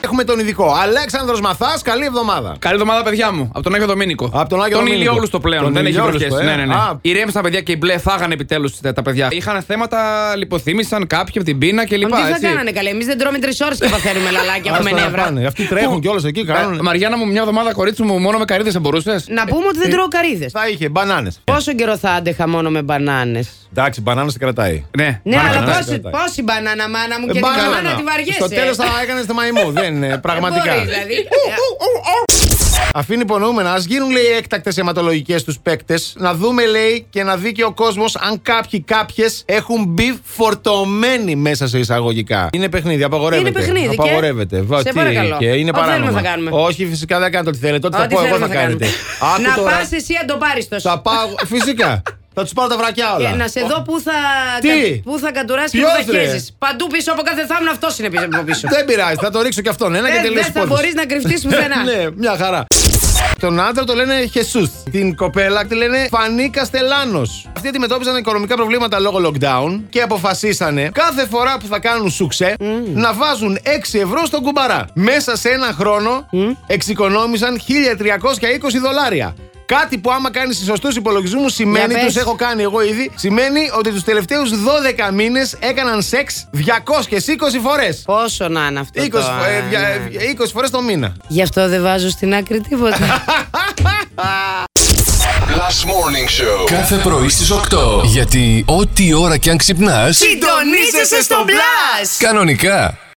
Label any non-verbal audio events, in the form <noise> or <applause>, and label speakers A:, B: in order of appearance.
A: Έχουμε τον ειδικό. Αλέξανδρος Μαθάς, καλή εβδομάδα.
B: Καλή εβδομάδα, παιδιά μου. Από τον Άγιο Δομήνικο.
A: Από τον Άγιο
B: τον
A: Δομήνικο.
B: Ηλιόλουστο πλέον.
A: Τον
B: δεν έχει
A: Ηλιόλουστο,
B: βροχέ.
A: ε.
B: Ναι, ναι, ναι.
A: Α.
B: Ηρέμησαν τα παιδιά και οι μπλε φάγανε επιτέλους τα, τα παιδιά. Είχαν θέματα, λιποθύμησαν κάποιοι από την πείνα κλπ.
C: Μα τι θα
B: έτσι.
C: κάνανε καλέ. Εμείς δεν τρώμε τρεις ώρες και
A: <laughs>
C: παθαίνουμε λαλάκια. Έχουμε
A: Άστα να
C: νεύρα.
A: πάνε. Αυτοί τρέχουν κιόλας εκεί,
B: Ε,
A: κάνουν.
B: Μαριάννα μου, μια εβδομάδα κορίτσι μου, μόνο με καρύδες θα μπορούσες.
C: Να πούμε ότι δεν τρώω καρύδες.
A: Θα είχε μπανάνες.
C: Πόσο καιρό θα άντεχα μόνο με μπανάνες.
A: Εντάξει, μπανάνες σε κρατάει.
B: Ναι,
C: Ναι,
B: Μαριάννα,
C: αλλά
A: ναι,
C: πόση,
A: ναι.
C: πόση μπανάνα, μάνα μου, και την
A: Μπανάνα.
C: μπανάνα τη βαριέσαι.
A: Στο τέλος θα έκανες τη
C: <laughs>
A: μαϊμού. Δεν είναι πραγματικά.
C: Μπορεί, δηλαδή.
A: Αφήνει υπονοούμενα. Ας γίνουν, λέει, έκτακτες αιματολογικές τους παίκτες. Να δούμε, λέει, και να δει και ο κόσμος αν κάποιοι, κάποιες έχουν μπει φορτωμένοι μέσα σε εισαγωγικά. Είναι παιχνίδι, απαγορεύεται.
C: Είναι παιχνίδι και-
A: Απαγορεύεται. Βα,
C: Σε
A: τι,
C: παρακαλώ.
A: Και είναι
C: Ό,τι
A: παράνομο.
C: θέλουμε θα κάνουμε.
A: Όχι, φυσικά δεν κάνετε ό,τι θέλετε. Ό,τι θα
C: Ό,τι
A: πω, εγώ
C: θέλουμε
A: θα
C: θα κάνουμε.
A: κάνετε. Άκου
C: Να
A: τώρα,
C: πας εσύ αν το πάρει το
A: Θα πάω. Φυσικά. Θα τους πάρω τα βρακιά όλα.
C: Και να σε δω που θα,
A: Τι?
C: κα- που θα κατουράσει και
A: Ποιος,
C: που θα
A: ρε?
C: χέζεις. Παντού πίσω από κάθε θάμνα αυτός είναι πίσω από
A: <laughs>
C: πίσω.
A: Δεν πειράζει, θα το ρίξω κι αυτόν. Ένα και
C: Δεν-
A: τελείωσε.
C: Ε, δεν θα μπορείς να κρυφτείς πουθενά.
A: <laughs> ναι, μια χαρά. Τον άντρα το λένε Χεσού. Την κοπέλα τη λένε Φανή Καστελάνος. Αυτοί αντιμετώπιζαν οικονομικά προβλήματα λόγω lockdown και αποφασίσανε κάθε φορά που θα κάνουν σουξέ
C: Mm.
A: να βάζουν 6 ευρώ στον κουμπαρά. Μέσα σε ένα χρόνο
C: Mm.
A: εξοικονόμησαν 1320 δολάρια. Κάτι που άμα κάνεις σωστούς υπολογισμούς σημαίνει,
C: Για πες.
A: του έχω κάνει εγώ ήδη, σημαίνει ότι τους τελευταίους 12 μήνες έκαναν σεξ 220 φορές.
C: Πόσο να είναι αυτό.
A: 20,
C: το, α,
A: ε, δια-
C: ναι.
A: ε, 20 φορές το μήνα.
C: Γι' αυτό δεν βάζω στην άκρη
A: <laughs>
C: τίποτα.
D: Last Morning Show.
E: Κάθε πρωί στις 8. Γιατί ό,τι ώρα κι αν ξυπνάς,
C: Συντονίζεσαι στο μπλα!
E: κανονικά